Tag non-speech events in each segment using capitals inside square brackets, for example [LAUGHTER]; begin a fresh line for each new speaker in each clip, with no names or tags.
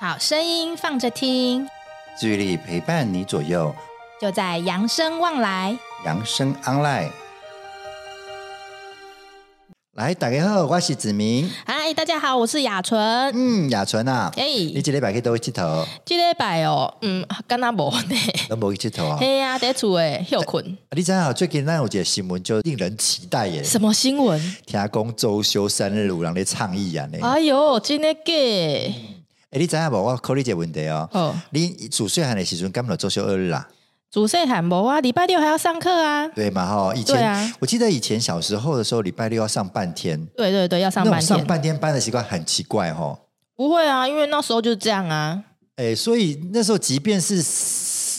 好声音放着听，
治愈力陪伴你左右，
就在扬声望来。
扬声 online。来，大家好，我是子明。
嗨，大家好，我是雅纯。
嗯，雅纯啊，
哎、
你
欸，
这礼拜去倒去佚佗？
这礼拜哦，嗯，干那无呢？
都无去佚佗啊？
嘿呀、啊，在厝诶休困。
啊你知道最近咱有一个新闻就令人期待耶，
什么新闻？
听讲周休三日有人咧倡议啊呢。
哎呦，真的假？
哎，你知影无？我考你一个问题哦。
哦，
你自细汉的时阵，敢有周休二日啊？
主细喊无啊，礼拜六还要上课啊。
对嘛吼，以
对
前、
啊
我记得以前小时候的时候，礼拜六要上半天，
对对对，要上半
那种上
天。
半天班的习惯很奇怪吼。
不会啊，因为那时候就是这样啊。
哎、所以那时候即便是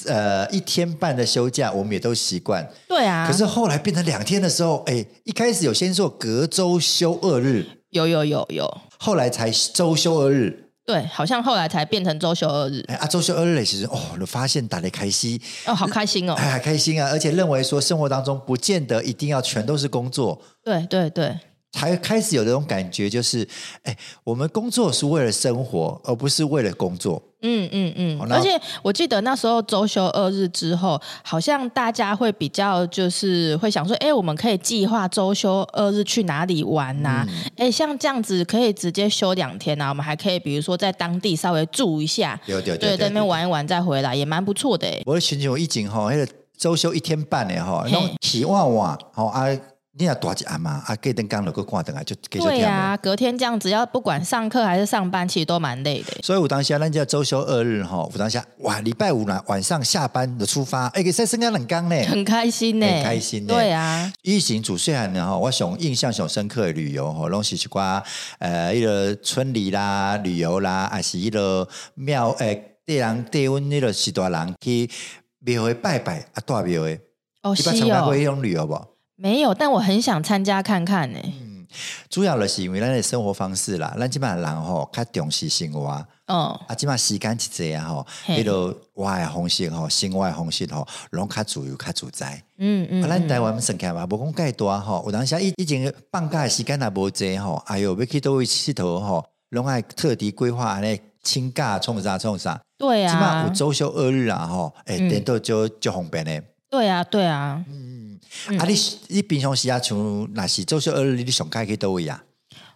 呃一天半的休假，我们也都习惯。
对啊，
可是后来变成两天的时候，哎、一开始有先做隔周休二日，
有有有有，
后来才周休二日。
对，好像后来才变成周休二日。
哎、啊，周休二日的时候，哦，我发现打得开心，
哦，好开心
[LAUGHS]
哦。
哎，还开心啊！而且认为说生活当中不见得一定要全都是工作，
对对对，
才开始有这种感觉，就是哎，我们工作是为了生活，而不是为了工作。
嗯嗯
好
嗯，
那
而且我记得那时候周休二日之后，好像大家会比较就是会想说，哎、我们可以计划周休二日去哪里玩呐、啊？
嗯
哎、像这样子可以直接休两天啊，我们还可以比如说在当地稍微住一下，
对对
对，在那边玩一玩再回来，也蛮不错的、哎
我的寻求疫情吼，迄、个周休一天半的吼，拢起晚晚吼啊，你若大一暗嘛，啊，隔天刚落去看等来就继续
对啊
听啊
呀、
了。
隔天这样子要不管上课还是上班，其实都蛮累的、
[LAUGHS]
哎
所以有当啊下咱叫周休二日吼，有当下哇，礼拜五晚晚上下班就出发，哎、欸，再升个两工呢。
很开心呢、
很开心呢欸
对啊，
疫情主虽然呢吼，我上印象上深刻的旅游吼，拢是一寡呃，迄个村里啦、旅游啦，还是迄个庙诶，对人对阮迄个许大人去庙会拜拜啊，大庙会，
哦，
你
是
捌参加
哦
过，迄种旅游无？
没有，但我很想参加看看欸呢、
嗯主要就是因为咱的生活方式啦，咱即摆人吼较重视生活，啊
哦，
即摆时间一济啊吼，
嘿
迄落活的方式吼，生活的方式吼，拢较自由较自在。
嗯嗯，
啊，咱
嗯
台湾算起来嘛，无讲介大吼，有当时啊以以前放假的时间也无济吼，哎哟，要去倒位佚佗吼，拢爱特地规划安尼。请假创啥创啥，
对
即摆
啊
有，周休二日啊吼，诶、
嗯
欸，颠倒就就方便诶。
对啊，对啊。嗯
啊，你你平常时啊，像若是周休二日，你上街去倒位啊？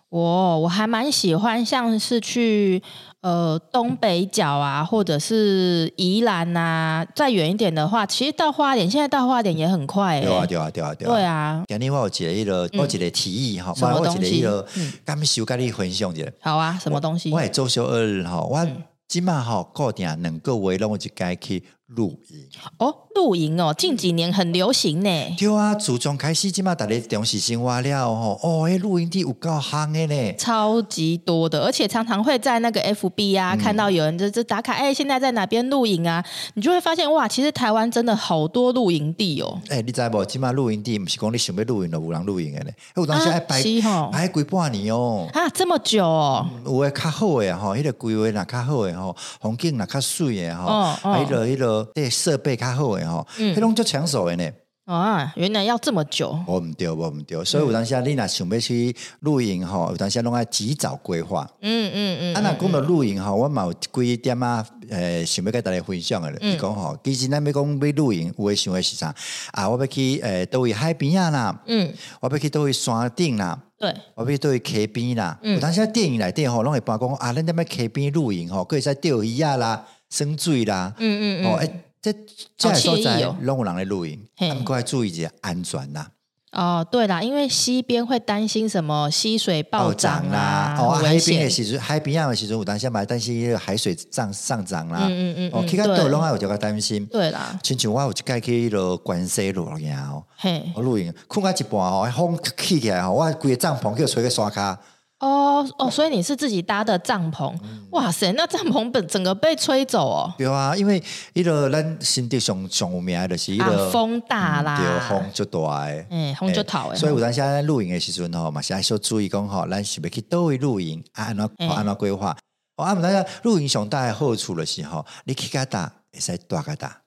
我我还蛮喜欢，像是去呃东北角啊，或者是宜兰啊，再远一点的话，其实到花莲，现在到花莲也很快、欸，
对啊，对啊，对啊，对啊。
对啊，
今日我有一个迄、落，我有一个提议吼，
嗯什么
我有
东
一
西
个迄
嗯
落，感受甲你分享一下。
好啊，什么东西
我？会周休二日吼，我
嗯
即满吼固定两个月拢有一间去露营。
哦，露营哦，近几年很流行呢、
对啊，自从开始即满逐日重视生活了吼，哦，迄露营地有够夯的呢。
超级多的，而且常常会在那个 FB
嗯
啊、看到有人就就打卡，哎、现在在哪边露营啊？你就会发现哇，其实台湾真的好多露营地哦。
诶、你知无？即满露营地毋是讲你想要露营就有人露营的呢，有当时
啊
爱排、
是吼
排几半年哦。
啊，这么久哦，
有诶较好诶吼，迄、个规划若较好诶吼，风景若较水诶吼，
哦
啊
哦
迄、个迄、个迄、个设备较好诶吼，
嗯
迄拢足抢手诶呢。
啊，原来要这么久。
我毋对，我毋
嗯
对，所以有当时啊你若想要去露营吼，有当时啊拢爱及早规划。
嗯嗯嗯，嗯
啊，若讲到露营吼，我嘛有几点啊，诶、想要甲大家分享诶，就是讲吼，其实咱要讲要露营，有诶想诶是啥？啊，我要去诶，倒、位海边啊啦，
嗯，
我要去倒位山顶啦。
对，
我要去倒去溪边啦，
嗯
有当时啊电影内底吼，拢会帮讲啊，咱踮咧溪边露营吼，可以使钓鱼啊啦、耍水啦，
嗯嗯
哦，
嗯，
诶，这这个所
惬意
在
哦
拢有人咧露营，
嘿
啊，毋过要注意一下安全啦。
哦，对啦，因为溪边会担心什么溪水暴涨啊，
哦，啊
很
海
危
边
险
的。时阵，海边啊的时阵，有当下嘛担心迄个海水涨上涨啦，
嗯嗯嗯
哦，
嗯
去到倒
对
拢啊有一个担心。
对啦，
亲像我有一届去迄落关西路遐哦，
嘿，
我露营，困到一半吼，风起起来吼，我规个帐篷叫吹个山骹，
哦哦，所以你是自己搭的帐篷，
嗯
哇塞，那帐篷本整个被吹走哦，
对啊，因为迄落咱新竹上上有名的就是迄
啊，
落
风大啦，
嗯对哦风就大诶。
哎，风就讨哎，
所以有当时啊咱露营的时阵吼，嘛是爱小注意讲吼，咱是要去倒位露营，啊安怎
嘿
安怎规划。哦，啊，毋知影露营上大的好处就是吼，你去较大会使大较大。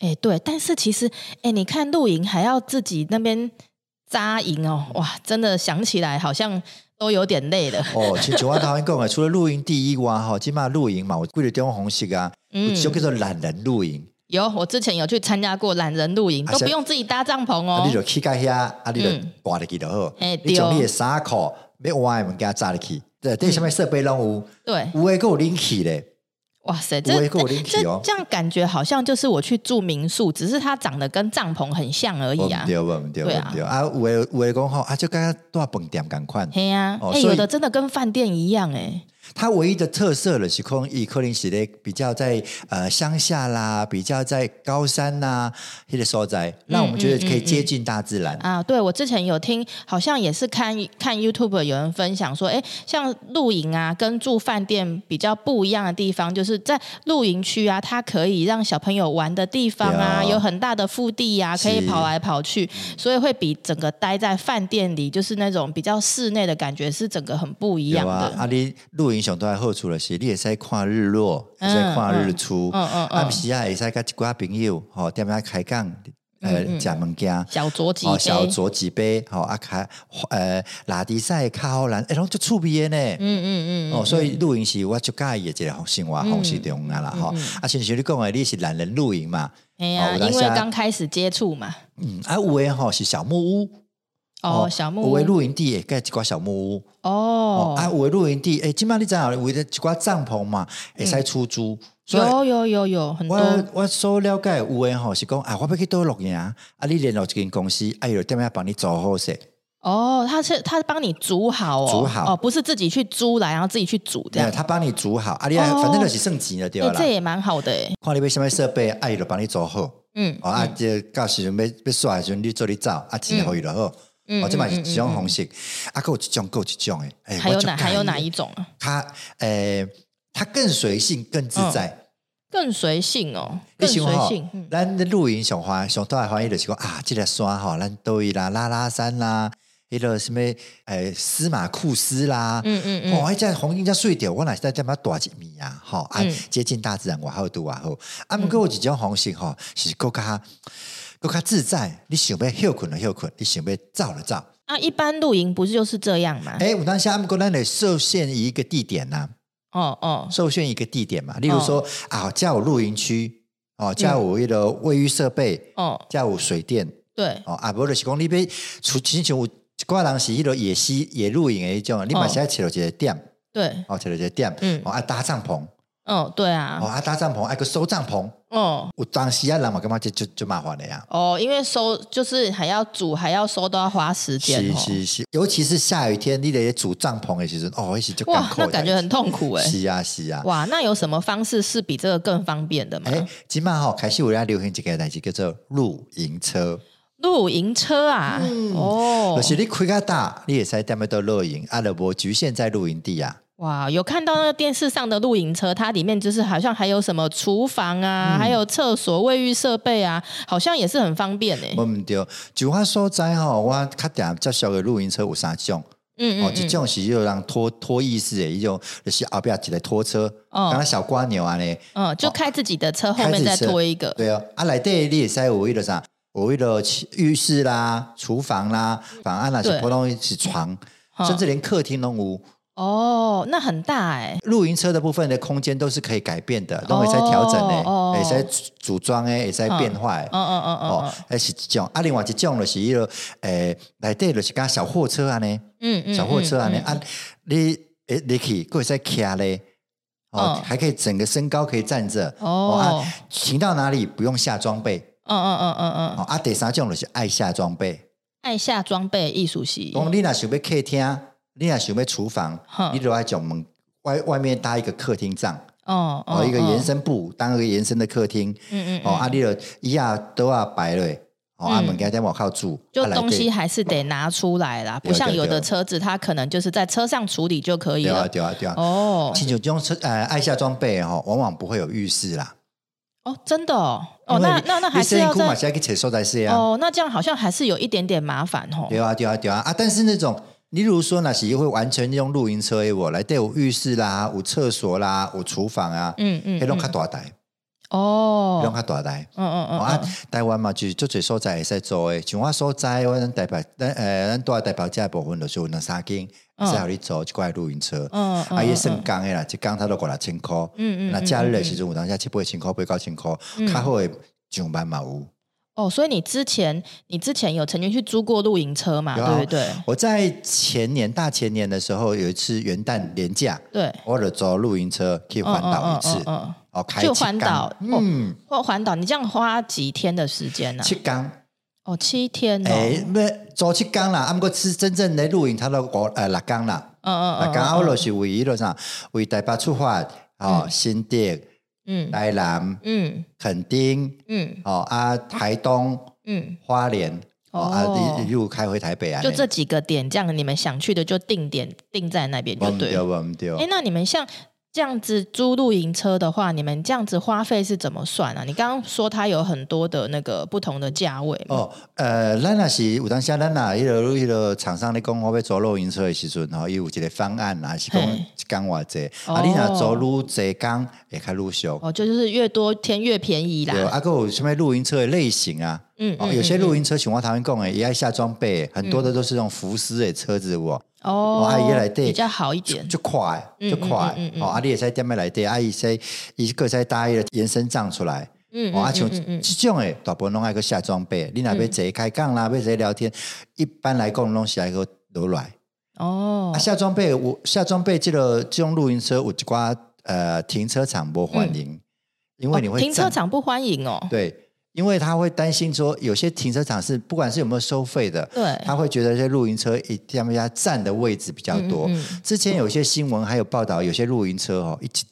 哎对，但是其实哎，你看露营还要自己那边扎营哦，哇，真的想起来好像都有点累了。
哦，亲像我头先讲的，除了露营第一外，吼，即嘛露营嘛，有几个种方式啊，
嗯
有一种叫做懒人露营，
有，我之前有去参加过懒人露营，
啊
都
是
不用自己搭帐篷
啊，
哦嗯
你。就去到遐，啊，你就挂入去就好
嘿。
你将
对哦嗯
你的衫裤要换的物件扎入去，对，这上面设备拢有，
对，
有诶，有拎去咧，
哇塞，
有
这
诶，有
这
拎去
这
哦，
这样感觉好像就是我去住民宿，只是它长得跟帐篷很像而已
无哦毋
啊。
对，无毋对，
对
无毋
啊
对，啊，有诶，有诶讲吼，啊，就甲大饭店共款。
嘿呀、
哦
哎、
所以
有的真的跟饭店一样哎、
它唯一的特色了是空以科林系列比较在呃乡下啦，比较在高山呐、那个所在，让我们觉得可以接近大自然。
啊，对我之前有听，好像也是看看 YouTube 有人分享说，哎，像露营啊，跟住饭店比较不一样的地方，就是在露营区啊，它可以让小朋友玩的地方啊，
有
有很大的腹地呀、啊，可以
是
跑来跑去，所以会比整个待在饭店里就是那种比较室内的感觉是整个很不一样
有
的。
啊，啊你露营上都还好处了是，你也在看日落，也
嗯
在看日出，
嗯嗯嗯
暗时啊也在跟一寡朋友吼，踮遐开讲，呃，食物件。
小酌嗯几
哦，小
杯，
酌几杯，吼、啊开，呃，拉迪赛、卡好兰，哎，拢就趣味的呢。
嗯嗯嗯，嗯
哦，所以露营是我最介意的一个生活方式中啊啦吼。啊，亲像你讲的，你是懒人露营嘛？
哎呀、
哦有
因
当
为
下
刚开始接触嘛，
嗯，啊，有的吼是小木屋，
哦，小木
有的
屋，
露营地会盖一寡小木屋，哦，
哦，
啊，有的露营地，诶，即摆你知影有的一寡帐篷嘛，会使出租，所以。
嗯有有有有很多，
我我所了解有诶吼是讲啊，我要去倒录音啊，啊你联络一间公司，啊伊就踮遐帮你做好势，
哦，他是他帮你煮好哦，
煮好
哦，不是自己去租来，然后自己去煮这
对，
样。
他帮你煮好，啊你啊
哦
反正就是算钱就对
哎、
啦
这，也蛮好的哎，
看你要什么设备，啊伊就帮你做好。
嗯，
哦啊，即到时阵要要刷的时阵，你做你走，啊，钱互伊就好。
嗯
哦，即嘛是一种方式，啊，还有一种，还有一种诶，哎
还有哪还有哪一？种啊？
它诶，它更随性，更自
哦
在。
更随性哦，
你
更
想
随
吼
性，嗯，
咱的露营上欢上大的欢喜就是讲啊，即个山吼，咱倒伊啦，拉拉山啦，迄个什物诶司马库斯啦，
嗯嗯嗯
哦，迄只红英只水着，我若是在踮遐大一米啊，吼，啊
嗯，
接近大自然，我好拄啊好。啊，毋过有一种方式吼，是更较更较自在，你想要休困就休困，你想要走就走。
那、啊一般露营不是就是这样吗？
诶、有当下，毋过咱得受限于一个地点呐、
哦哦，
受限一个地点嘛。例如说、啊，家有露营区，哦，家
嗯
有迄个卫浴设备，
哦，
家有水电，
对，
哦，啊，无就是讲你要出亲像有一寡人是迄个野溪野露营的迄种，你嘛是爱找一个点，
对，
哦，找一个点，
哦嗯
哦，啊搭帐篷，
哦，对啊
哦，，啊搭帐篷，啊个收帐篷，
哦
有当时啊人嘛感觉就就就麻烦了呀。
哦，因为收就是还要煮，还要收，都要花时间
是
哦。
是是，尤其是下雨天，你得煮帐篷的时阵，哦，那是就
哇，那感觉很痛苦哎。
是啊是啊，
哇，那有什么方式是比这个更方便的吗？
哎，今麦吼开始有咧流行一个代志叫做露营车，
露营车啊，
嗯
哦，
就是你开较大，你会使踮咧倒露营，啊，就无局限在露营地啊。
哇，有看到那个电视上的露营车，它里面就是好像还有什么厨房
嗯
啊，还有厕所、卫浴设备啊，好像也是很方便欸诶、
无毋对，就我所知吼，我较定接触的露营车有三种，
嗯
哦，
嗯
一种是有人拖拖意式的，一种就是后壁一个拖车，
哦
敢若小瓜牛安尼。
嗯，就开自己的车，后面再拖一个。
对哦，啊，内底你会使有迄个啥，有迄个浴室啦、厨房啦，房啊若是
对
普通是床，
哦
甚至连客厅拢有。
哦，那很大哎、
露营车的部分的空间都是可以改变的，都会在调整
哦
的，
哦
也在组装诶，也在变化的。
嗯嗯嗯嗯
哦，那是一种，啊，另外一种就是迄、那个，诶、内底就是讲小货车安尼，
嗯嗯，
小货车安尼、
嗯嗯
啊，你诶，你去，还会使徛咧，哦，
嗯
还可以整个身高可以站着，
哦
啊，停到哪里不用下装备，
嗯嗯嗯嗯
哦，
嗯，
啊，第三种就是爱下装备，
按下装备艺术系。
讲你若想要客厅，你若想要厨房，
哼嗯
你就要将门外外面搭一个客厅帐。
哦
哦，一个延，伸部当一个延伸的客厅，
嗯嗯
哦，
嗯，
啊，你就椅啊都啊摆落，哦，啊，
嗯
物件在外口住，
就
啊内
东
底
西还是得拿出来啦，不
对
像
对
有的
对
车子它可能就是在车上处理就可以
对啊
了。
对啊对啊，
哦
亲像这种车呃爱下装备哦，往往不会有浴室啦，
哦，真的哦，哦，
因为
那
你
那那还
你
是要
身躯嘛
在
是要去厕所才是啊，
哦，那这样好像还是有一点点麻烦哦。
对啊对啊对啊啊，但是那种。例如说，那是会完全用露营车的我来带有浴室啦，有厕所啦，有厨房啊，
嗯嗯
黑龙
嗯
较大台，
哦，
拢较大台。
嗯嗯
哦
嗯，
啊，台湾嘛就是足侪所在会使做诶，像我所在，我咱台北，咱诶咱住台北遮部分就是有两三间，
哦
会使互你做一寡露营车，
嗯嗯
啊，伊算工诶啦，一工差不多五六千箍，
嗯嗯
那
嗯
假日诶时阵有当下七八千箍，八九千箍，较好诶上班嘛有。
哦，所以你之前你之前有曾经去租过露营车嘛？
有啊
对不对？
我在前年大前年的时候，有一次元旦连假，
对，
我就坐露营车去环岛一次，
嗯，
哦，开
就
七
环
天
岛
嗯，
或环岛，你这样花几天的时间呢、
七哎天。
哦，七天哦，
诶，要做七天啦，啊，毋过是真正来露营，差不多五呃六天啦，
嗯嗯
六
嗯，
天啊，我就是为迄落啥，为台北出发，哦，新店、
嗯
台南、
嗯
垦丁，
嗯
哦啊，台东、
嗯，
花莲，
哦
哦啊，一一路开回台北啊，
就这几个点，这样你们想去的就定点定在那边
我
就
唔
对
对，
了。
我唔对
哎、。那你们像这样子租露营车的话，你们这样子花费是怎么算啊？你刚刚说它有很多的那个不同的价位嘛？
哦，呃，咱若是有当时咱若迄落迄落厂商咧讲，我要租露营车的时阵，吼，伊有一个方案啊，是讲
嘿
一工偌济，
哦
啊，你若租愈济工会较愈俗，
哦，就是越多天越便宜
对，
啦。
啊，佫有啥物露营车的类型啊？
嗯，
哦，
嗯
有些
嗯
露营车像我头先讲的，伊爱下装备，很多的都是那种福斯的车子，有无
哦，
啊也来对
比较好一点。
就快
嗯
就快
嗯嗯嗯，嗯
哦，啊，你会使踮咧内底，啊，伊使伊个使搭迄个延伸帐出来，
嗯，
哦，啊，
嗯
像
嗯嗯嗯
即种诶，大部分拢爱个下装备，你若要坐开讲啦，要坐聊天，一般来讲拢是爱个落来。
哦
啊，，下装备有下装备，即个即种露营车有一寡呃停车场无欢迎，因为你
哦
会
停车
占
场不欢迎哦。
对，因为他会担心说有些停车场是不管是有没有收费的，
对，
他会觉得这露营车一他们家占的位置比较多。
嗯嗯嗯
之前有些新闻还有报道，有些露营车哦，一起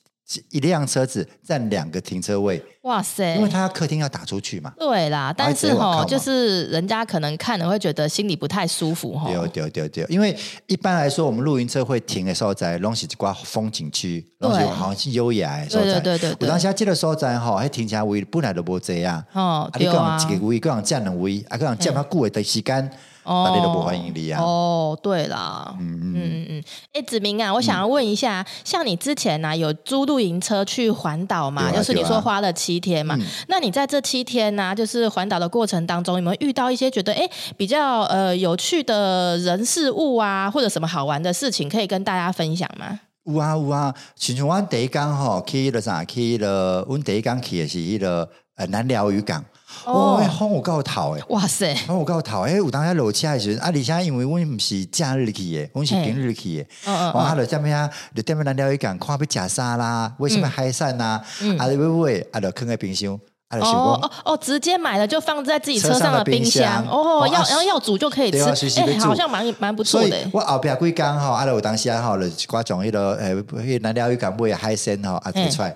一辆车子占两个停车位，
哇塞，
因为他客厅要打出去嘛。
对啦，但是
直接往靠
哈，
嘛
就是人家可能看了会觉得心里不太舒服哈。
对对对对，因为一般来说，我们露营车会停的所在，拢是一挂风景区，拢是
对
好像是优雅的所
对
在。
对对对
有
对
当，时啊这个所在吼，迄停车位本来就无济啊。
哦
啊，，你
对啊
讲，一个位，讲占两位，啊，讲占较久的时间，
哦
大家都不欢迎你啊
哦，对啦，嗯嗯嗯，哎，子明啊，我想要问一
嗯
下，像你之前呢、啊、有租露营车去环岛嘛？
有啊
就是你
有啊嗯
说花了七天嘛？那你在这七天呢、啊，就是环岛的过程当中，有没有遇到一些觉得哎比较呃有趣的人事物啊，或者什么好玩的事情可以跟大家分享吗？
有啊有啊，亲像阮第一工吼，去迄个啥，去迄个，阮第一工去的是迄个呃南寮渔港，
哦
哦，迄风有够透诶，
哇塞，
风有够透诶，有当下落车的时阵，啊，而且因为阮毋是假日去的，阮是平日去的，
嗯嗯
哦，啊，就踮遐，就踮遐南寮渔港，看要食啥啦，为什么海产啦，啊，要买，啊，就囥在冰箱，啊，就想
哦
讲。
哦哦，直接买了就放在自己车
车上
上
的
的冰
冰箱
哦
哦，
要
啊
然后要煮就可以吃
对啊随，时可以煮
好像蛮蛮不
所
错
以
的欸，
我后壁几工吼，啊，就有当时啊吼，就是啊一寡种迄落诶，迄南寮渔港买的海鲜吼，啊，摕出来，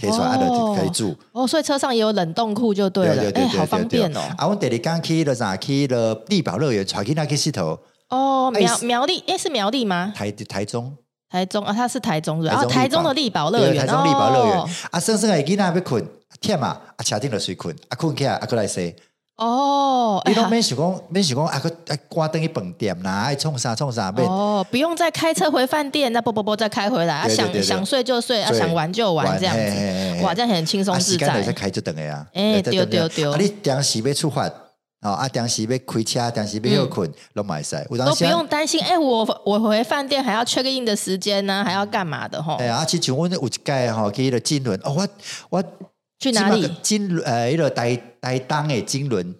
摕出来，啊，就可以煮。
哦，所以车上也有冷冻库就对了
对，
哎，
对
好
对
方
对
便
对。
哦。
啊，阮第二天去了啥？去了地堡乐园，带去那去佚佗。
哦，苗
哎是
苗栗，哎，是苗栗吗？
台台中，
台中啊，它是台中是吧？
台
哦，
中
台
力宝
中的力宝乐
对
园，
台中地堡乐
哦
园。啊，算算诶，囡仔要困，忝啊，啊，车顶就睡困，啊，困起来，啊，过来洗。
哦， [LAUGHS] 哎
你拢
好
免想讲，免想讲，啊，个啊，关灯去饭店啦，爱创啥创啥免。
哦，不用再开车回饭店，那啵啵啵再开回来，啊
对对
想
对对
想睡就睡，啊
对
想玩就玩
玩
这样
嘿嘿嘿
子，
嘿
哇，这样很轻松
啊，
自
时间就
在
使。开就等个啊。
哎
就回
对对
来
对
啊，你当时要出发，哦，啊，当时要开车，当时要休困，拢嘛会使。有当
嗯都
时
不
啊
用担心，哎、我我回饭店还要 check in 的时间呢、还要干嘛的吼
哎？呀，啊，亲像阮有一届吼，去迄个金轮，哦，我我
去哪里
即摆金轮呃，迄个台台东的金轮，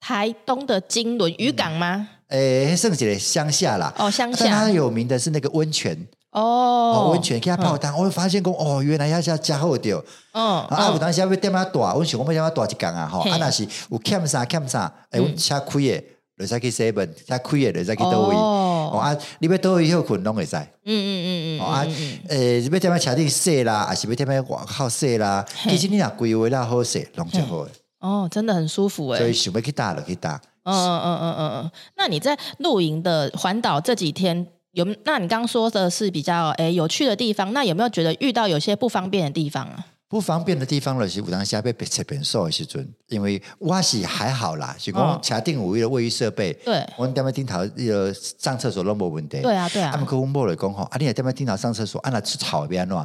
台东的金轮渔港吗？
诶、欸，算是一个乡下啦。啊
哦，乡
但它
下
有名的是那个温泉，
哦
哦，，温泉给它泡汤，我会发现讲，哦，原来遐下加好着。
嗯，
啊，有
嗯，
当时要点啊大，阮想讲要点啊大一工啊，吼，
嘿
啊若是有欠啥欠啥，
嗯
诶，阮车开的，就使去 seven，车开的就使去倒位。哦
哦，
啊，你要倒位休困拢会使。
嗯嗯嗯嗯
哦啊
嗯嗯，
诶，要踮啊车顶洗啦，还是要踮啊外口洗啦？
嘿
其实你若规划了好洗，拢就好诶。
哦，真的很舒服哎、
所以想要去搭就去搭。
嗯嗯嗯嗯嗯嗯。那你在露营的环岛这几天有？那你刚刚说的是比较哎、有趣的地方，那有没有觉得遇到有些不方便的地方啊？
不方便的地方就是有当时要被切便所的时阵，因为我是还好啦，是
哦
讲车顶有迄个卫浴设备，
对
我踮咧顶头迄个上厕所拢无问题。
对啊对
啊，
啊 [LAUGHS]
毋，过阮某就讲吼，啊，你若踮咧顶头上厕所，啊，若出臭要安怎？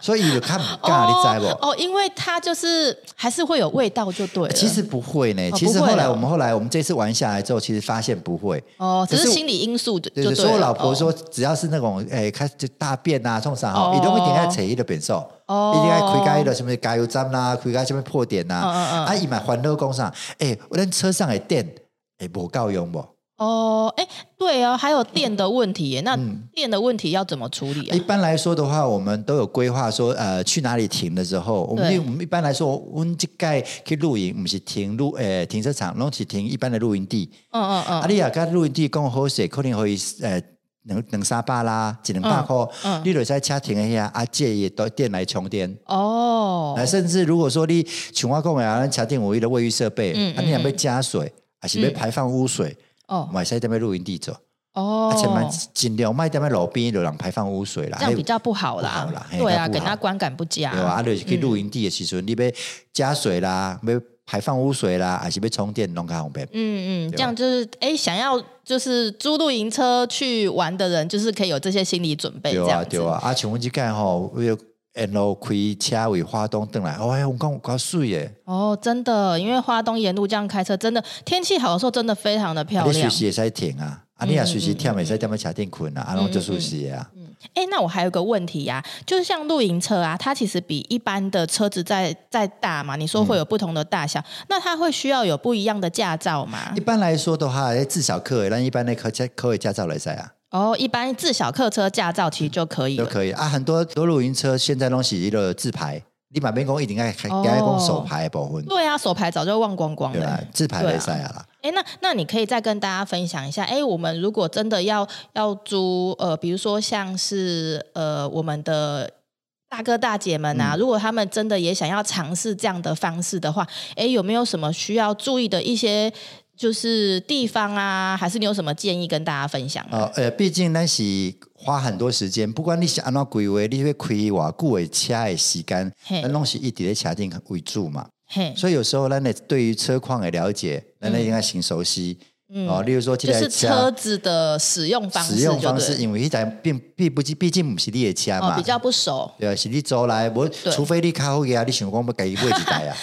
所以伊就较毋敢，你知无？
哦，因为它就是还是会有味道，就对了。
其实不会呢。
哦
其实
不会
后来
哦
我们后来我们这次玩下来之后，其实发现不会。
哦，只
可
是
是
心理因素就
对
就
对，
对
所以我
了
老婆
哦
说，只要是那种诶，开始就大便啊，创啥吼，
哦
伊拢一定爱找伊的便所，
哦
一定爱开开迄个什么加油站啦，开开什么破点呐，
嗯嗯嗯
啊，伊嘛烦恼讲啥，哎诶，咱车上的电诶无够用无？
哦，哎，对哦，还有电的问题耶，那
嗯
电的问题要怎么处理啊
一？般来说的话，我们都有规划说，呃，去哪里停的时候，我们
对
一我们一般来说，我们这盖去露营，不是停露诶、停车场，拢是停一般的露营地。
嗯嗯嗯，
啊，你也甲露营地讲好势，可能可以诶。两两三百啦，一两百块，
嗯嗯
你就使车停一下，啊，借伊到电来充电。
哦
啊，，甚至如果说你像我讲的啊，咱车顶有一个卫浴设备，
嗯
啊，
嗯
你若要加水，还是要排放污水，
哦
买使踮咧露营地做，
哦
啊，，千万尽量卖踮咧路边就让排放污水啦，
这样比较不好
啊哎不好
啦
啦，嘿哎
对啊，
那不
给
好
他观感不佳。
对吧？啊，就是
嗯
去露营地的时阵，你要加水啦，要排放污水啦，还是要充电拢较方便。
嗯嗯，
吧
这样就是哎，想要就是租露营车去玩的人，就是可以有这些心理准备，这
对
样
啊，
子。
对啊，啊，像阮即届吼，为了沿路开车为花东转来，哦，哎，我讲有够水诶，
哦，真的，因为花东沿路这样开车，真的天气好的时候，真的非常的
啊
漂
你随
亮。嗯
时会使停啊，啊，你也随时忝会使踮咧车顶困啊，啊，拢就舒适的啊。
哎，那我还有个问题呀、就是像露营车啊，它其实比一般的车子再再大嘛，你说
嗯
会有不同的大小，那它会需要有不一样的驾照吗
一？般来说的话，诶至少可以，咱一般的科驾科以驾照来使啊，
哦，一般自小客车驾照其实就可以
都
了。
可以啊。很多多露营车现在拢是迄个自排，你嘛免讲一定爱开
哦
该讲手排的部分，
对啊，手牌早就忘光光
对
了
啦。，自排来使啊啦。
哎，那那你可以再跟大家分享一下，哎，我们如果真的要要租，呃，比如说像是呃我们的大哥大姐们
嗯
啊，如果他们真的也想要尝试这样的方式的话，哎，有没有什么需要注意的一些就是地方啊，还是你有什么建议跟大家分享吗？
呃呃，毕竟咱是花很多时间，不管你是安怎规划，你要开偌久的车的时间，
嘿
咱拢是一直咧车顶为主嘛。
嘿，
所以有时候咱的对于车况的了解，咱应该先熟悉。哦，例如说这
嗯就
台
是车子的使用方式
使
就对了，
用方式，因为迄台并并不毕竟不是你的车
哦
嘛，
比较不熟，
对啊，是你租来，无除非你较好个啊，你想讲要家己买一
[LAUGHS]
台啊，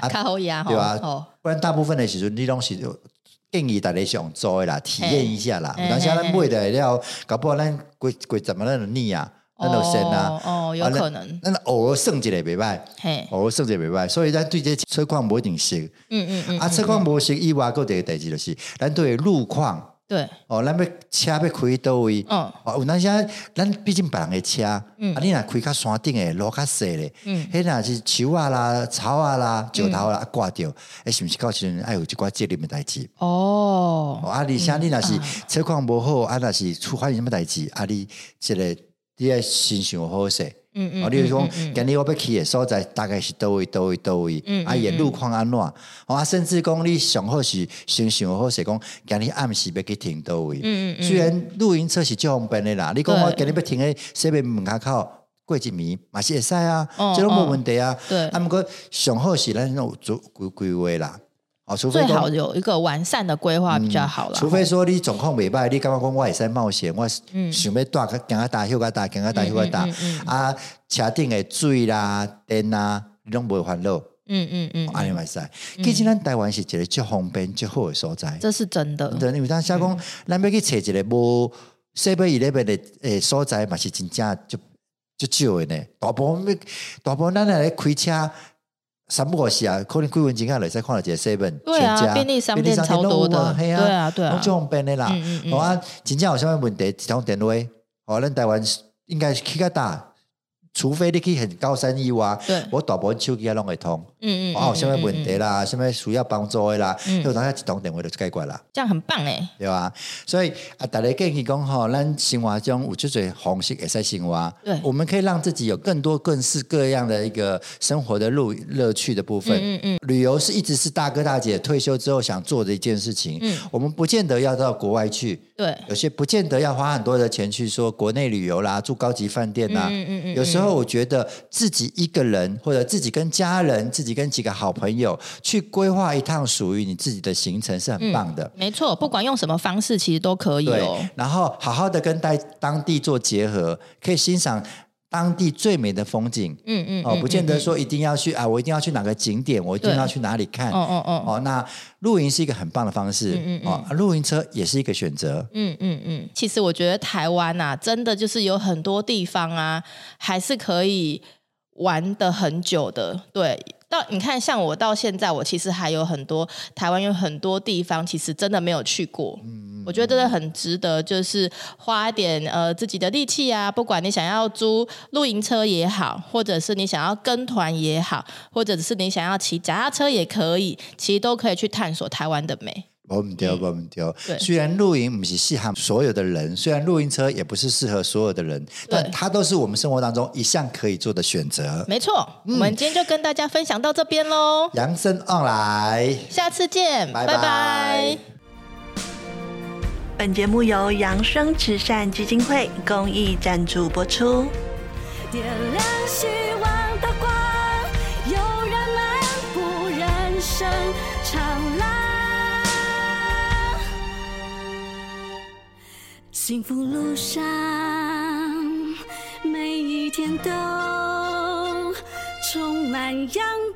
啊
卡侯牙
对吧
哦，
不然大部分的时阵你拢是建议大家是用租的啦，体验一下啦。
嘿
有当时咱买的了，搞不好咱过过怎么咱就腻啊，咱就先啊，
哦哦，有
啊咱哦
可能，
咱偶尔算一个袂歹，
嘿，
偶尔算一个袂歹，所以咱对这车况无一定熟。
嗯嗯嗯，
啊，车况无熟以外，个第一个代志就是咱对路况。
对，
哦，咱要车要开到位，
嗯
哦，有当时啊咱毕竟别人的车，啊，你若开较山顶的路较细咧，嗯，迄若是树啊啦、草啊啦、石头啊
嗯
啦挂着，诶，是毋是到时阵爱有一寡责任的代志？
哦
哦，，啊，而且你若是车况无好，啊，若是出发生什么代志，啊，你即个你要先想好势。
嗯嗯嗯
哦，你就讲，今日我要去的所在大概是倒位、倒位、倒位，啊，伊的路况安怎？哦啊，甚至讲你上好是先想好是讲，今日暗时要去停倒位。
嗯嗯嗯
虽然露营车是最方便的啦，你讲我
对
今日要停在西边门口口过一暝，嘛是会使啊
哦，
这拢无问题啊。
对
啊，毋过上好是咱有做规规划啦，哦，除非
最
讲
好有一个完善的规划比较好啦。
除非说你状况袂歹，你感觉讲我会使冒险，我
嗯
想要带行啊大休啊大行啊大休啊大啊，车顶的水啦、电啦，你拢袂烦恼，
嗯嗯嗯，
安尼嘛会使。其实咱台湾是一个足方便、足好的所在。
这是真的。
对，因为当时讲，咱要去找一个无设备伊那边的诶所在，嘛是真正就就少的呢。大部分大部分咱来开车。三不五时啊，可能几分钟啊，来再看到一个 seven
对啊便利商店超多的
系
对啊对啊
拢方便的啦
嗯嗯。嗯
哦啊，真正有啥物问题，一通电话，哦，咱台湾应该是去较大，除非你去很高山以外
对，
我大部分手机啊拢会通。
嗯嗯，
哦，有
嗯
啥物
嗯
问题啦，啥物需要帮助的啦，有当下一通电话就解决啦。
这样很棒哎。
对吧？所以啊，大家建议讲吼，咱生活中有这种方式也在生活，
对
我们可以让自己有更多各式各样的一个生活的乐乐趣的部分。嗯嗯旅游是一直是大哥大姐退休之后想做的一件事情。嗯，我们不见得要到国外去，
对，嗯
有些不见得要花很多的钱去说国内旅游啦，住高级饭店啦。
嗯嗯嗯
有时候我觉得自己一个人，或者自己跟家人、自己跟几个好朋友去规划一趟属于你自己的行程是
嗯
很棒的。
没错，不管用什么方式，其实都可以
对
哦。，
然后好好的跟在当地做结合，可以欣赏当地最美的风景。
嗯嗯，
哦，
嗯
不见得
嗯
说一定要去啊，我一定要去哪个景点，我一定
对
要去哪里看。
嗯哦哦哦，
哦，那露营是一个很棒的方式，
嗯嗯嗯
哦，啊露营车也是一个选择。
嗯嗯嗯。其实我觉得台湾呐、真的就是有很多地方啊，还是可以玩的很久的。对，到你看，像我到现在，我其实还有很多台湾有很多地方，其实真的没有去过。我觉得真的很值得，就是花一点呃自己的力气啊，不管你想要租露营车也好，或者是你想要跟团也好，或者是你想要骑脚踏车也可以，其实都可以去探索台湾的美。
我们丢，我们丢。
嗯对
虽然露营不是适合所有的人，虽然露营车也不是适合所有的人，但它都是我们生活当中一项可以做的选择。
没错，
嗯
我们今天就跟大家分享到这边喽，
扬声 on 来，
下次见，
拜
拜拜
拜
本节目由扬生慈善基金会公益赞助播出。
点亮希望的光，有人漫步人生长廊，幸福路上每一天都充满阳